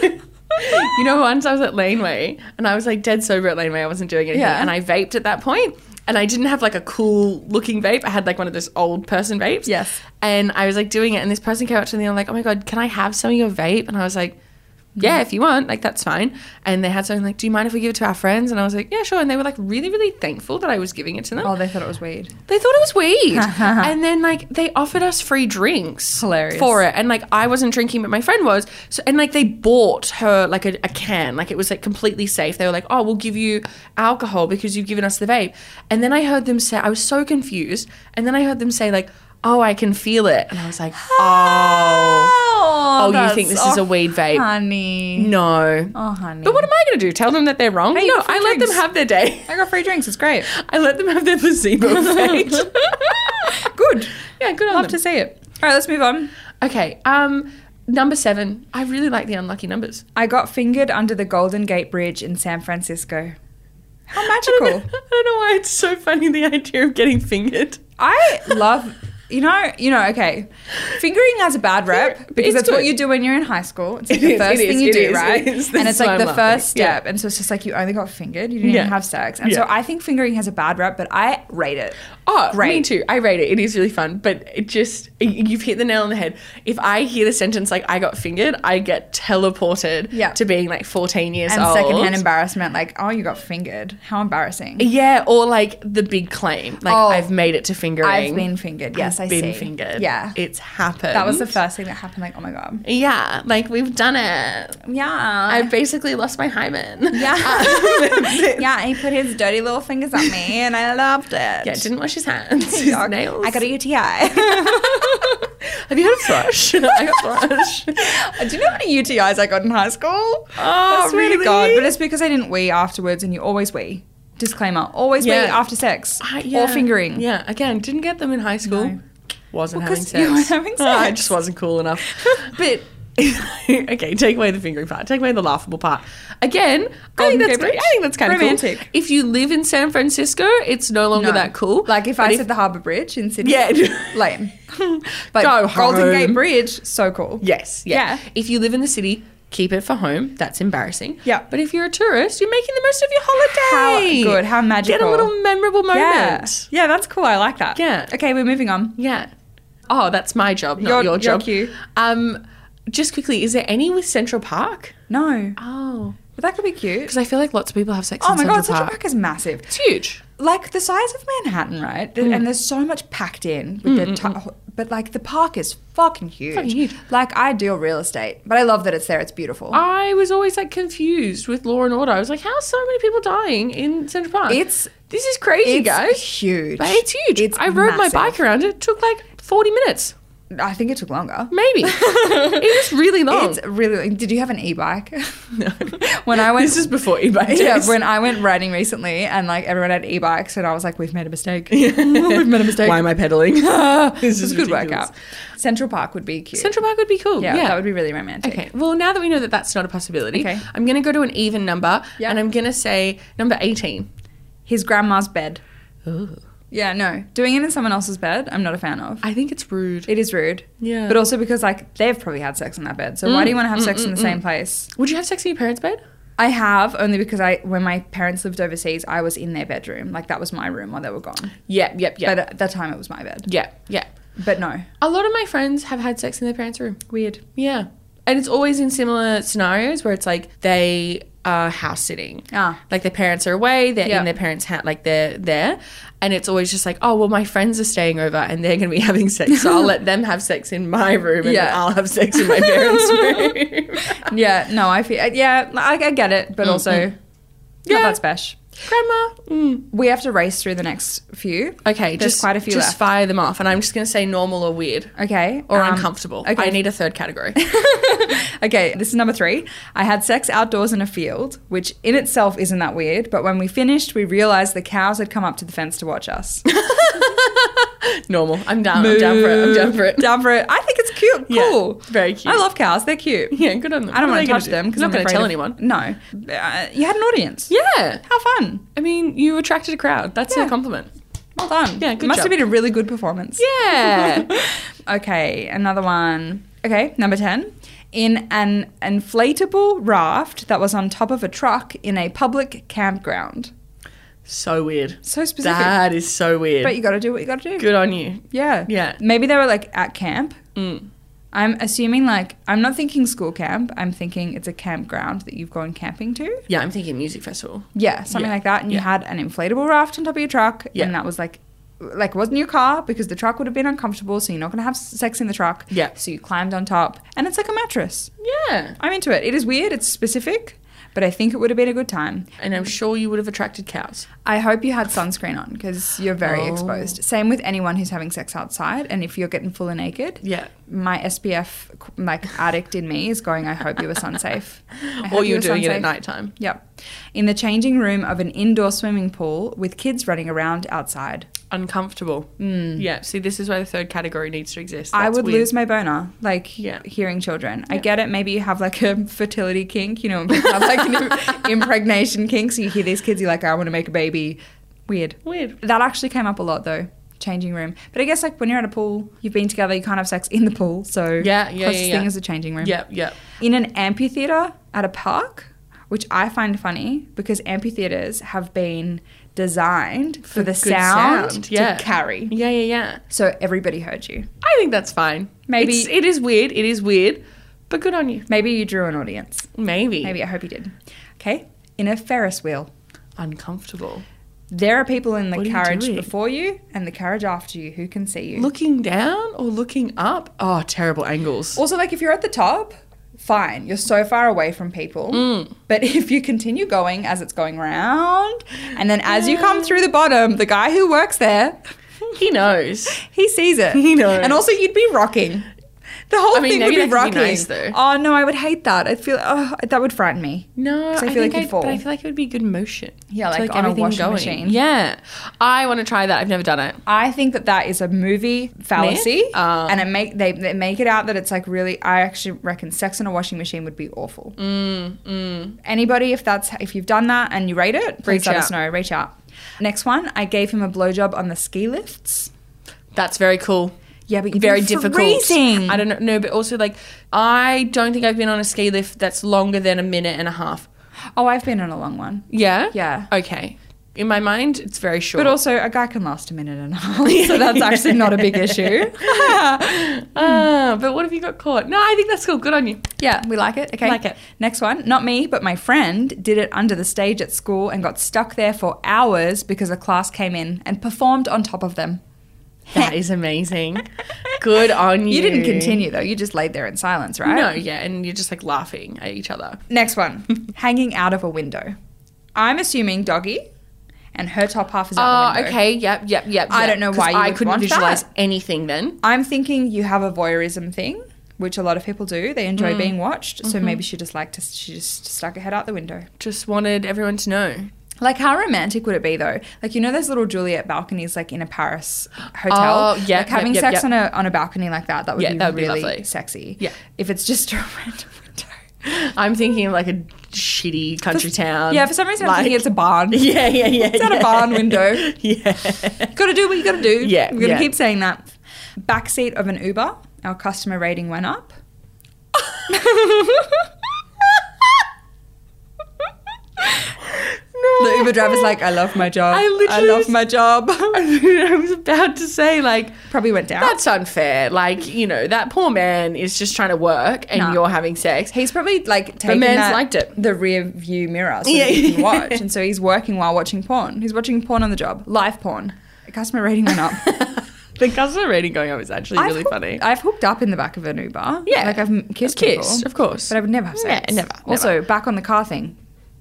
D: <laughs>
C: painkillers.
D: you know, once I was at Laneway and I was like dead sober at Laneway. I wasn't doing anything,
C: Yeah.
D: and I vaped at that point, And I didn't have like a cool looking vape. I had like one of those old person vapes.
C: Yes.
D: And I was like doing it, and this person came up to me and they were like, "Oh my god, can I have some of your vape?" And I was like,
C: Mm.
D: "Yeah, if you want, like that's fine." And they had something like, "Do you mind if we give it to our friends?" And I was like, "Yeah, sure." And they were like really, really thankful that I was giving it to them.
C: oh, they thought it was weed.
D: They thought it
C: <laughs>
D: was weed. and then like they offered us free drinks
C: Hilarious.
D: for it. And like I wasn't drinking, but my friend was. So and like they bought her like a, a can. Like it was like completely safe. They were like, Oh, we'll give you alcohol because you've given us the vape. And then I heard them say I was so confused. And then I heard them say like, Oh, I can feel it. And I was like,
C: <gasps>
D: Oh
C: Oh,
D: Oh, you think this is a weed vape.
C: honey?
D: no.
C: Oh, honey.
D: But what am I gonna do? Tell them that they're wrong?
C: Hey, you
D: no,
C: got free
D: I let them
C: drinks.
D: have their day. <laughs>
C: I got free drinks. It's great. <laughs>
D: I let them have their placebo <laughs> fate.
C: Good.
D: Yeah, good on
C: Love
D: them.
C: to see it. All right, let's move on.
D: Okay. Um, number seven. I really like the unlucky numbers.
C: I got fingered under the Golden Gate Bridge in San Francisco. How magical!
D: <laughs> I don't know why it's so funny the idea of getting fingered.
C: I love. You know, you know. Okay, fingering has a bad rep because
D: It's
C: that's what
D: good.
C: you do when you're in high school.
D: <laughs>
C: It's like
D: It
C: the
D: is,
C: first
D: it is,
C: thing you
D: it
C: do,
D: is,
C: right?
D: <laughs> it is. This
C: And
D: is
C: it's like
D: why
C: the
D: I'm laughing.
C: first step, and so it's just like you only got fingered. You didn't
D: Yeah.
C: even have sex, and so
D: Yeah.
C: I think fingering has a bad rep, but I rate it.
D: Oh, me
C: Great.
D: too. I rate it. It is really fun, but it just y- you've hit the nail on the head. If I hear the sentence like "I got fingered," I get teleported
C: Yeah.
D: to being like 14 years
C: And
D: old.
C: secondhand embarrassment, like, oh, you got fingered. How embarrassing.
D: yeah, or like the big claim, like
C: Oh,
D: I've made it to fingering.
C: I've been fingered. Yes,
D: I've
C: I
D: been
C: see.
D: fingered.
C: Yeah.
D: it's happened.
C: that was the first thing that happened. Like, oh my God.
D: Yeah, like we've done it.
C: Yeah.
D: I basically lost my hymen. <laughs>
C: yeah. <laughs> yeah, he put his dirty little fingers on me and I loved it.
D: Yeah, didn't wash his hands, his nails.
C: I got a UTI.
D: <laughs> Have you heard of
C: <laughs>
D: thrush? I got thrush.
C: Do you know how many UTIs I got in high school? Oh, I swear
D: really?
C: to God. But it's because I didn't wee afterwards, and you always wee. Disclaimer: always
D: Yeah.
C: wee after sex
D: I-
C: or fingering.
D: Yeah, again, didn't get them in high school.
C: No.
D: Wasn't
C: Well,
D: having
C: 'cause you
D: sex.
C: were having
D: Oh, I
C: sex.
D: just wasn't cool
C: <laughs>
D: enough. but <laughs> okay, take away the fingering part. Take away the laughable part. Again, I
C: Golden
D: think, that's
C: Gate
D: great.
C: Bridge.
D: I think that's kind of
C: Romantic.
D: If you live in San Francisco, it's no longer
C: No.
D: that cool.
C: Like if
D: But
C: I said the Harbour Bridge in Sydney,
D: Yeah.
C: lame. But
D: <laughs> Go
C: Golden Gate
D: home.
C: Bridge, so cool.
D: Yes. Yeah.
C: Yeah.
D: If you live in the city, keep it for home. That's embarrassing.
C: Yeah.
D: But if you're a tourist, you're making the most of your holiday.
C: How good, how
D: Get a
C: magical.
D: little memorable moment.
C: yeah, yeah, that's cool. I like that.
D: Yeah.
C: Okay, we're moving on.
D: Yeah. Oh, that's my job, not
C: Your-
D: your,
C: your
D: job.
C: cue.
D: Um, just quickly, is there any with Central Park?
C: No,
D: Oh,
C: but that could be cute.
D: because I feel like lots of people have sex.
C: Oh
D: in
C: my
D: Central
C: God, Central
D: Park.
C: Park is massive.
D: It's huge.
C: like the size of Manhattan, right? Th-
D: Mm.
C: And there's so much packed in with the ti- but like the park is fucking huge.
D: Fucking huge. Oh,
C: Like ideal real estate. But I love that it's there. It's beautiful.
D: I was always like confused with Law and Order. I was like, how are so many people dying in Central Park?
C: It's-
D: this is crazy,
C: it's
D: guys.
C: huge.
D: But it's huge.
C: It's
D: I rode
C: massive.
D: my bike around it. It took like forty minutes,
C: I think it took longer. <laughs>
D: maybe. it was really long.
C: It's really. Did you have an e-bike? <laughs> when I went,
D: this is before eBay.
C: yeah,
D: days.
C: when I went riding recently, and like everyone had e-bikes, and I was like, we've made a
D: <laughs>
C: mistake. <laughs> we've made a mistake.
D: Why am
C: <laughs>
D: I pedaling? this
C: It was a good workout. Central Park would be cute.
D: Central Park would be cool.
C: yeah,
D: Yeah,
C: that would be really romantic.
D: Okay. Well, now that we know that that's not a possibility,
C: Okay.
D: I'm going to go to an even number
C: Yeah.
D: and I'm going to say number 18.
C: His grandma's bed.
D: Ooh.
C: Yeah, no, doing it in someone else's bed, I'm not a fan of.
D: I think it's rude.
C: It is rude.
D: Yeah. Mm,
C: But also because like they've probably had sex in that bed. So why do you want to have sex in the same place?
D: Would you have sex in your parents' bed?
C: I have only because I when my parents lived overseas, I was in their bedroom. Like that was my room while they were gone.
D: Yep, yep, yep.
C: But at that time it was my bed.
D: yeah, yeah.
C: But no.
D: uh, A lot of my friends have had sex in their parents' room.
C: Weird.
D: Yeah. And it's always in similar scenarios where it's like they are house sitting.
C: Ah.
D: Like their parents are away, they're
C: Yeah.
D: in their parents' hat, like they're there. And it's always just like, oh, well, my friends are staying over and they're going to be <laughs> having sex. So I'll let them have sex in my room and then
C: Yeah.
D: I'll have sex in my
C: <laughs>
D: parents' room.
C: Yeah, no, I feel yeah, I, I get it, but also
D: Mm, Yeah.
C: not that special.
D: Grandma.
C: We have to race through the next few.
D: Okay,
C: Mm. There's
D: just
C: quite a few
D: Just
C: left.
D: fire them off, and I'm just gonna say normal or weird
C: Okay.
D: or
C: um,
D: uncomfortable.
C: okay.
D: I need <laughs> a third category.
C: <laughs> okay, this is number three. I had sex outdoors in a field, which in itself isn't that weird, but when we finished, we realized the cows had come up to the fence to watch us.
D: normal. I'm down. <laughs> I'm down for it. I'm down for
C: <laughs>
D: it. <laughs>
C: Down for it. I think it's cute.
D: Yeah,
C: Cool.
D: very cute.
C: I love cows. They're
D: <laughs>
C: cute.
D: Yeah, good on them.
C: I don't
D: What are
C: want to
D: they gonna
C: touch
D: do?
C: them because
D: You're
C: I'm
D: not gonna
C: afraid
D: tell
C: of-
D: anyone.
C: <laughs> No. Uh, you had an audience.
D: Yeah.
C: How fun.
D: I mean, you attracted a crowd. That's
C: Yeah.
D: a compliment.
C: Well done.
D: Yeah, good
C: Must have
D: job.
C: been a really good performance.
D: Yeah.
C: okay, another one. Okay, number 10. In an inflatable raft that was on top of a truck in a public campground.
D: <laughs> so weird.
C: So specific.
D: That is so weird.
C: But you gotta do what you gotta do.
D: good on you.
C: Yeah.
D: Yeah.
C: Maybe they were like at camp.
D: Mm.
C: I'm assuming, like, I'm not thinking school camp. I'm thinking it's a campground that you've gone camping to.
D: Yeah, I'm thinking music festival.
C: Yeah, something
D: Yeah,
C: like that. And you
D: yeah.
C: had an inflatable raft on top of your truck,
D: Yeah.
C: and that was like, like it wasn't your car because the truck would have been uncomfortable, so you're not gonna have sex in the truck.
D: Yeah.
C: So you climbed on top, and it's like a mattress.
D: Yeah.
C: I'm into it. It is weird. It's specific, but I think it would have been a good time.
D: And I'm sure you would have attracted cows.
C: I hope you had sunscreen on because you're very
D: Oh.
C: exposed. Same with anyone who's having sex outside, and if you're getting fully naked.
D: Yeah.
C: My SPF like addict in me is going. I hope you were sun safe.
D: <laughs>
C: I
D: Or
C: hope
D: you were doing it
C: sunsafe."
D: at nighttime.
C: Yep. In the changing room of an indoor swimming pool with kids running around outside.
D: Uncomfortable. Yeah. See, this is why the third category needs to exist.
C: I
D: That's
C: would
D: weird.
C: lose my boner, like
D: Yeah.
C: hearing children. I get it. Maybe you have like a fertility kink, you know, <laughs> and people have like an im- impregnation kink. So you hear these kids, you're like, I want to make a baby. Weird.
D: Weird.
C: That actually came up a lot though, changing room. But I guess like when you're at a pool, you've been together, you can't have sex in the pool. So
D: Yeah, yeah, yeah,
C: closest
D: yeah.
C: thing is a changing room.
D: Yep. Yep.
C: in an amphitheater at a park, which I find funny because amphitheaters have been designed for, the
D: good
C: sound,
D: sound, yeah.
C: to carry.
D: Yeah, yeah, yeah.
C: So everybody heard you.
D: I think that's fine.
C: Maybe-
D: It's, it is weird. It is weird, but good on you.
C: Maybe you drew an audience.
D: Maybe.
C: Maybe I hope you did. Okay. In a Ferris wheel.
D: Uncomfortable.
C: There are people in the
D: What are you
C: carriage
D: doing?
C: before you and the carriage after you who can see you.
D: Looking down or looking up? Oh, terrible angles.
C: Also, like if you're at the top, fine, you're so far away from people.
D: Mm.
C: But <laughs> if you continue going as it's going round, and then as you come through the bottom, the guy who works there,
D: He knows.
C: he sees it.
D: <laughs> He knows.
C: And also, you'd be rocking. The whole
D: I mean,
C: thing
D: maybe
C: would be
D: that could
C: rocking.
D: be nice, though.
C: Oh no, I would hate that. I feel oh, that would frighten me.
D: No,
C: 'Cause I
D: I,
C: feel like
D: think
C: you'd
D: I, but
C: fall.
D: I feel like it would be good motion.
C: Yeah,
D: To,
C: like, on a
D: everything
C: washing machine.
D: Yeah, I want to try that. I've never done it.
C: I think that that is a movie fallacy,
D: Myth? Oh.
C: and it make they, they make it out that it's like really. I actually reckon sex in a washing machine would be awful.
D: Mm,
C: Anybody, if that's if you've done that and you rate it, please
D: Reach
C: let
D: out.
C: us know. Reach out. Next one, I gave him a blowjob on the ski lifts.
D: That's very cool.
C: Yeah, but you'd
D: very
C: be
D: difficult.
C: freezing.
D: I don't know. No, but also like I don't think I've been on a ski lift that's longer than a minute and a half.
C: Oh, I've been on a long one,
D: Yeah.
C: Yeah.
D: Okay. In my mind, it's very short.
C: but also a guy can last a minute <laughs> and a half, so that's actually not a big issue.
D: Ah, but what if you got caught? No, I think that's cool. Good
C: <laughs>
D: on you.
C: <laughs> Yeah, we like it. Okay,
D: Like it.
C: Next one, not me, but my friend did it under the stage at school and got stuck there for hours because a class came in and performed on top of them.
D: That is amazing. Good on you.
C: You didn't continue though; you just laid there in silence, right?
D: No, yeah, and you're just like laughing at each other.
C: Next <laughs> one, hanging out of a window. I'm assuming doggy, and her top half is out the
D: Oh,
C: window.
D: okay. Yep, yep, yep.
C: I
D: yep.
C: don't know
D: 'Cause
C: why you
D: I
C: would
D: couldn't
C: want
D: visualize
C: that.
D: anything then.
C: I'm thinking you have a voyeurism thing, which a lot of people do. They
D: Mm.
C: enjoy being watched,
D: Mm-hmm.
C: so maybe she just liked to. She just stuck her head out the window.
D: Just wanted everyone to know.
C: Like, how romantic would it be though? Like, you know, those little Juliet balconies, like in a Paris hotel.
D: Oh, yeah,
C: Like,
D: yep,
C: having
D: yep,
C: sex
D: yep.
C: on a on a balcony like that, that would
D: Yeah,
C: be
D: that would be
C: really
D: lovely.
C: sexy.
D: Yeah.
C: If it's just <laughs> a random window.
D: I'm thinking of like a shitty country town.
C: Yeah, for some reason I'm
D: Um, Like-
C: thinking it's a barn.
D: <laughs> Yeah, yeah, yeah.
C: It's not a
D: yeah.
C: barn window.
D: <laughs> Yeah.
C: gotta do what you gotta do.
D: Yeah,
C: We're gonna
D: yeah.
C: keep saying that. Backseat of an Uber, our customer rating went up. The Uber driver's like, I love my job.
D: I
C: I,
D: literally
C: love
D: was-
C: my job.
D: <laughs> I was about to say like
C: Probably went down.
D: that's unfair. Like you know that poor man is just trying to work and
C: Nah.
D: you're having sex.
C: He's probably like taken
D: man's
C: that-
D: liked it.
C: the rear view mirror so
D: Yeah.
C: that
D: <laughs>
C: he can watch, and so he's working while watching porn. He's watching porn on the job, live porn. The customer rating went up.
D: <laughs> the customer rating going up is actually
C: I've
D: really
C: hooked-
D: funny.
C: I've hooked up in the back of an Uber.
D: Yeah.
C: like I've m- kissed,
D: Of course,
C: people,
D: of course.
C: but I would never have sex.
D: Yeah, never,
C: Also, back on the car
D: <laughs>
C: thing.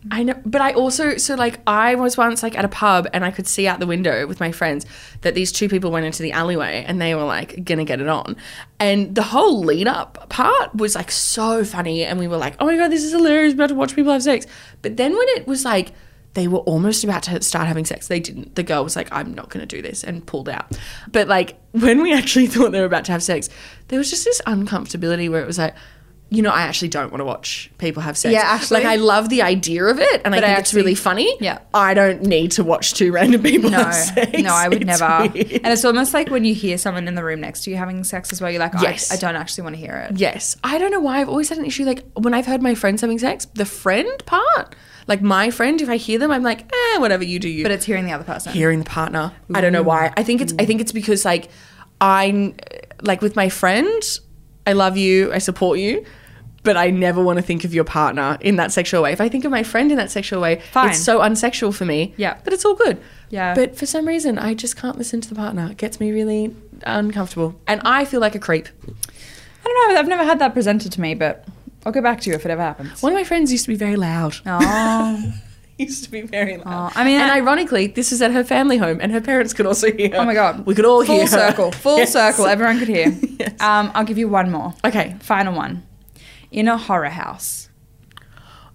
D: I know, but I also so like I was once like at a pub and I could see out the window with my friends that these two people went into the alleyway and they were like gonna get it on, and the whole lead up part was like so funny and we were like, oh my god, this is hilarious, we're about to watch people have sex. But then when it was like they were almost about to start having sex, they didn't. The girl was like, I'm not gonna do this and pulled out. But like <laughs> when we actually thought they were about to have sex, there was just this uncomfortability where it was like. You know, I actually don't want to watch people have sex.
C: Yeah, actually.
D: Like, I love the idea of it, and I
C: But
D: think
C: I
D: it's
C: actually-
D: really funny.
C: Yeah.
D: I don't need to watch two random people.
C: No,
D: have sex.
C: no, I would
D: It's
C: never.
D: weird.
C: And it's almost like when you hear someone in the room next to you having sex as well. You're like, oh, I-
D: Yes.
C: I, don't actually want to hear it.
D: Yes, I don't know why I've always had an issue. Like when I've heard my friends having sex, the friend part, like my friend, if I hear them, I'm like, eh, whatever you do, you.
C: But it's hearing the other person.
D: hearing the partner. I don't know why. I think it's I think it's because like I like with my friend, I love you, I support you, but I never want to think of your partner in that sexual way. If I think of my friend in that sexual way,
C: Fine.
D: it's so unsexual for me.
C: Yeah.
D: But it's all good.
C: Yeah.
D: But for some reason I just can't listen to the partner. It gets me really uncomfortable. And I feel like a creep.
C: I don't know. I've never had that presented to me, but I'll go back to you if it ever happens.
D: One of my friends used to be very loud.
C: Oh,
D: <laughs> used to be very loud.
C: Oh, I mean,
D: and
C: I-
D: ironically, this is at her family home, and her parents could also hear.
C: oh my god.
D: we could all
C: full
D: hear. her.
C: circle. Full
D: <laughs> Yes.
C: circle. Everyone could hear.
D: <laughs> Yes.
C: um, I'll give you one more.
D: Okay.
C: Final one. In a horror house.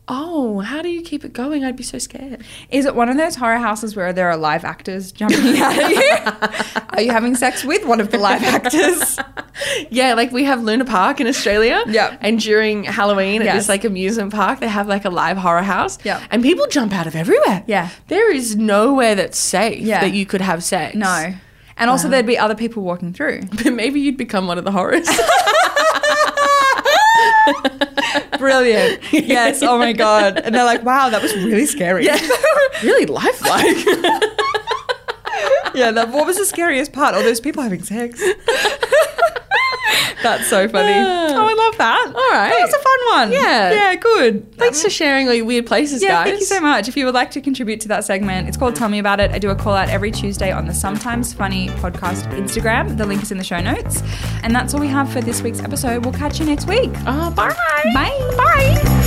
D: Oh, how do you keep it going? I'd be so scared.
C: Is it one of those horror houses where there are live actors jumping out at you? <laughs> are you having sex with one of the live actors?
D: yeah, like we have Luna Park in Australia.
C: Yep.
D: And during Halloween at
C: Yes.
D: this like amusement park, they have like a live horror house.
C: Yep.
D: And people jump out of everywhere.
C: Yeah.
D: There is nowhere that's safe
C: Yeah.
D: that you could have sex. <laughs>
C: No. And also, there'd be other people walking through.
D: But maybe you'd become one of the horrors.
C: <laughs> Brilliant. Yes. Oh my god. And they're like, wow, that was really scary.
D: Yeah. <laughs> really lifelike.
C: <laughs> yeah. That, what was the scariest part? All those people having <laughs> sex. That's so funny.
D: Yeah.
C: Oh, I love that. All
D: right.
C: That was a fun one.
D: <laughs> Yeah.
C: Yeah. Good.
D: Thanks for sharing all your weird places,
C: Yeah,
D: guys.
C: thank you so much. If you would like to contribute to that segment, it's called Tell Me About It. I do a call out every Tuesday on the Sometimes Funny podcast Instagram. The link is in the show notes. And that's all we have for this week's episode. We'll catch you next week.
D: Uh, bye.
C: Bye. Bye.